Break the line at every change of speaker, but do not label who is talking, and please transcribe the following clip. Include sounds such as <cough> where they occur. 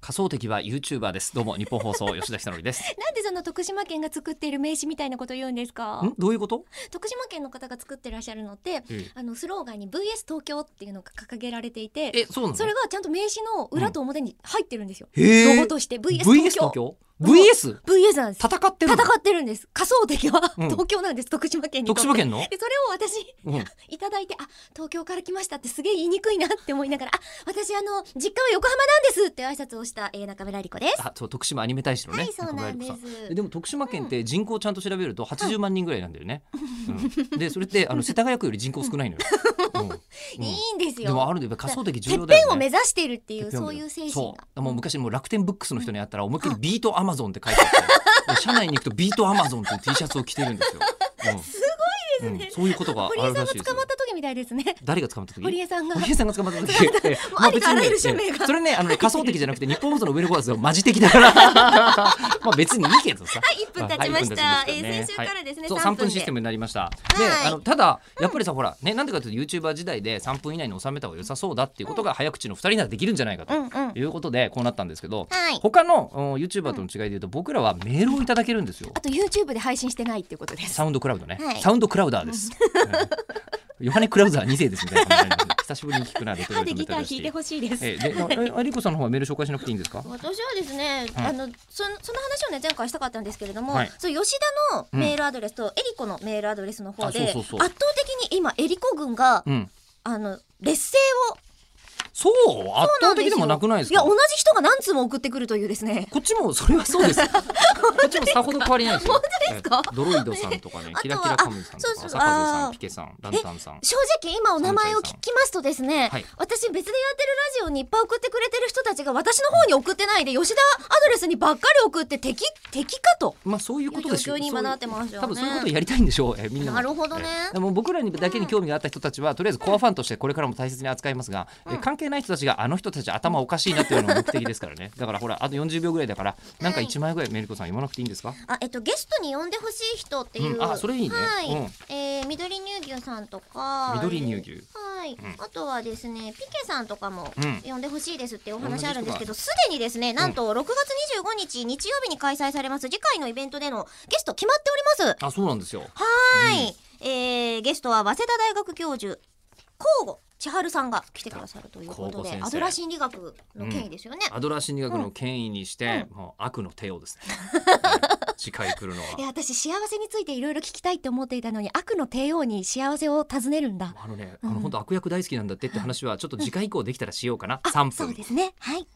仮想敵は YouTuber ですどうも日本放
<laughs>
送吉田ひとのりです
なんでその徳島県が作っている名詞みたいなこと言うんですか
んどういうこと
徳島県の方が作ってらっしゃるのって
え
あのスローガンに VS 東京っていうのが掲げられていて
えそうなの
それがちゃんと名詞の裏と表に入ってるんですよ、
へー
ロゴとして VS 東
VS
京
東京 VS
VS なんです
戦ってる
戦
の
ってるんです仮想敵は
うん
東京なんです、徳島県にとって
徳島県
<laughs>
の
でそれを私
うん
いただいてあ東京から来ましたってすげえ言いにくいなって思いながらあ私あの実家は横浜なんですって挨拶をした、えー、中村理子です
あそう徳島アニメ大使のね
はいそうなんです
中村江里子さんえでも徳島県って人口ちゃんと調べると80万人ぐらいなんだ
<laughs>
よね、うんでそれってあの世田谷区より人口少ないのよ、うんうん
いいんです
でも
よ
あるで仮想的重
てっ
要だよね
ぺんを目指してるってい
てっ
う
ぺんを
そう
目
いう
指
精神
そ
が
うもう昔もう楽天ブックスの人に会ったら思いっきりビートアマゾンって書いてあってで社内に行くとビートアマゾンっていう T シャツを着てるんですよ、
<laughs>
すごいですね、うんそういうことがあ
堀
る
江さん
ら
が
しいです
捕
よ
まった時みたいですね <laughs>
誰が捕まった時
堀江さんが
堀江さんが捕まった時え
ありとあらゆる使命が
まあ別にねえそれねあのね仮想的じゃなくて日本放送の上のコーナーはマジ的だから
<laughs>
まあ別にいいけどさ
はい一分経ちました
はい一分経ちま
えー先週からですね
はいそう
3
3分システムになりましたで
はい
あのただやっぱりさほらねなんでかというと YouTuber 時代で3分以内に収めた方が良さそうだっていうことが早口の2人ならできるんじゃないか
うんうん
ということでこうなったんですけど
はい
他のうん YouTuber との違いでいうと僕らはメールをいただけるんですよ
あと YouTube で配信してないっていうことです
サウンドクラウドね、
はい
サウンドクラウダー
<laughs>
です。うんヨハネクラウザー2世ですみたいな感じになります。久しぶりに聞くなレトロ
歯
レ
で
トロ
ギター弾いて
しい。
ほしいです、
ええで、あありこさんの方はメール紹介しなくていいんです
<laughs>
か。
私はですね、
うん
あのそのその話をね前回したかったんですけれども、
はい
そう吉田のメールアドレスとエリコのメールアドレスの方で、
あそうそうそう
圧倒的に今エリコ軍が、
うん。
あの劣勢を
そう、圧倒的でもなくないですか。
いや同じ人が何通も送ってくるというですね
こっちもそれは
<laughs>
そうです。こっちもさほど変わりないですよ。本当です
か
ドロイドさんとかね、
あとは
キラキラカムイさんと
あ
か、
そう
朝
そ
風
う
さ
あ
ん、
ー
ピケさん、ランタンさん。
正直今お名前を聞きますとですね、
はい
私別でやってるラジオにいっぱい送ってくれてる人たちが私の方に送ってないで吉田アドレスにばっかり送って敵敵かと
まあそういうことでしょ
いう状況に今なってますよね
多分そういうことをやりたいんでしょう。えみんなも
なるほどね
えでも僕らにだけに興味があった人たちはとりあえずコアファンとしてこれからも大切に扱いますが、え関係ない人たちがあの人たち頭おかしいなっていうのが目的です
<laughs>
からね。だからほらあと40秒ぐらいだからなんか1枚ぐらいメリコさん言わなくていいんですか。
あえっとゲストに呼んでほしい人っていう、
うんあそれいいね
はい、
うん
えー緑乳牛さんとか
緑乳牛
はい、
ん
あとはですねピケさんとかも
うん
呼んでほしいですっていうお
同じ人
話
が
あるんですけどすでにですねなんと6月25日日曜日に開催されます次回のイベントでのゲスト決まっております
あそうなんですよ。
はい、えーゲストは早稲田大学教授甲吾千春さんが来てくださるということ
甲吾先
で
生
アドラー心理学の権威ですよね、。
アドラー心理学の権威にして、もう悪の手をですね。はい次回来るのはい
や私幸せについていろいろ聞きたいって思っていたのに悪の帝王に幸せを尋ねるんだ
あのね、あの本当悪役大好きなんだってって話はちょっと次回以降できたらしようかな。3分。
そうですねはい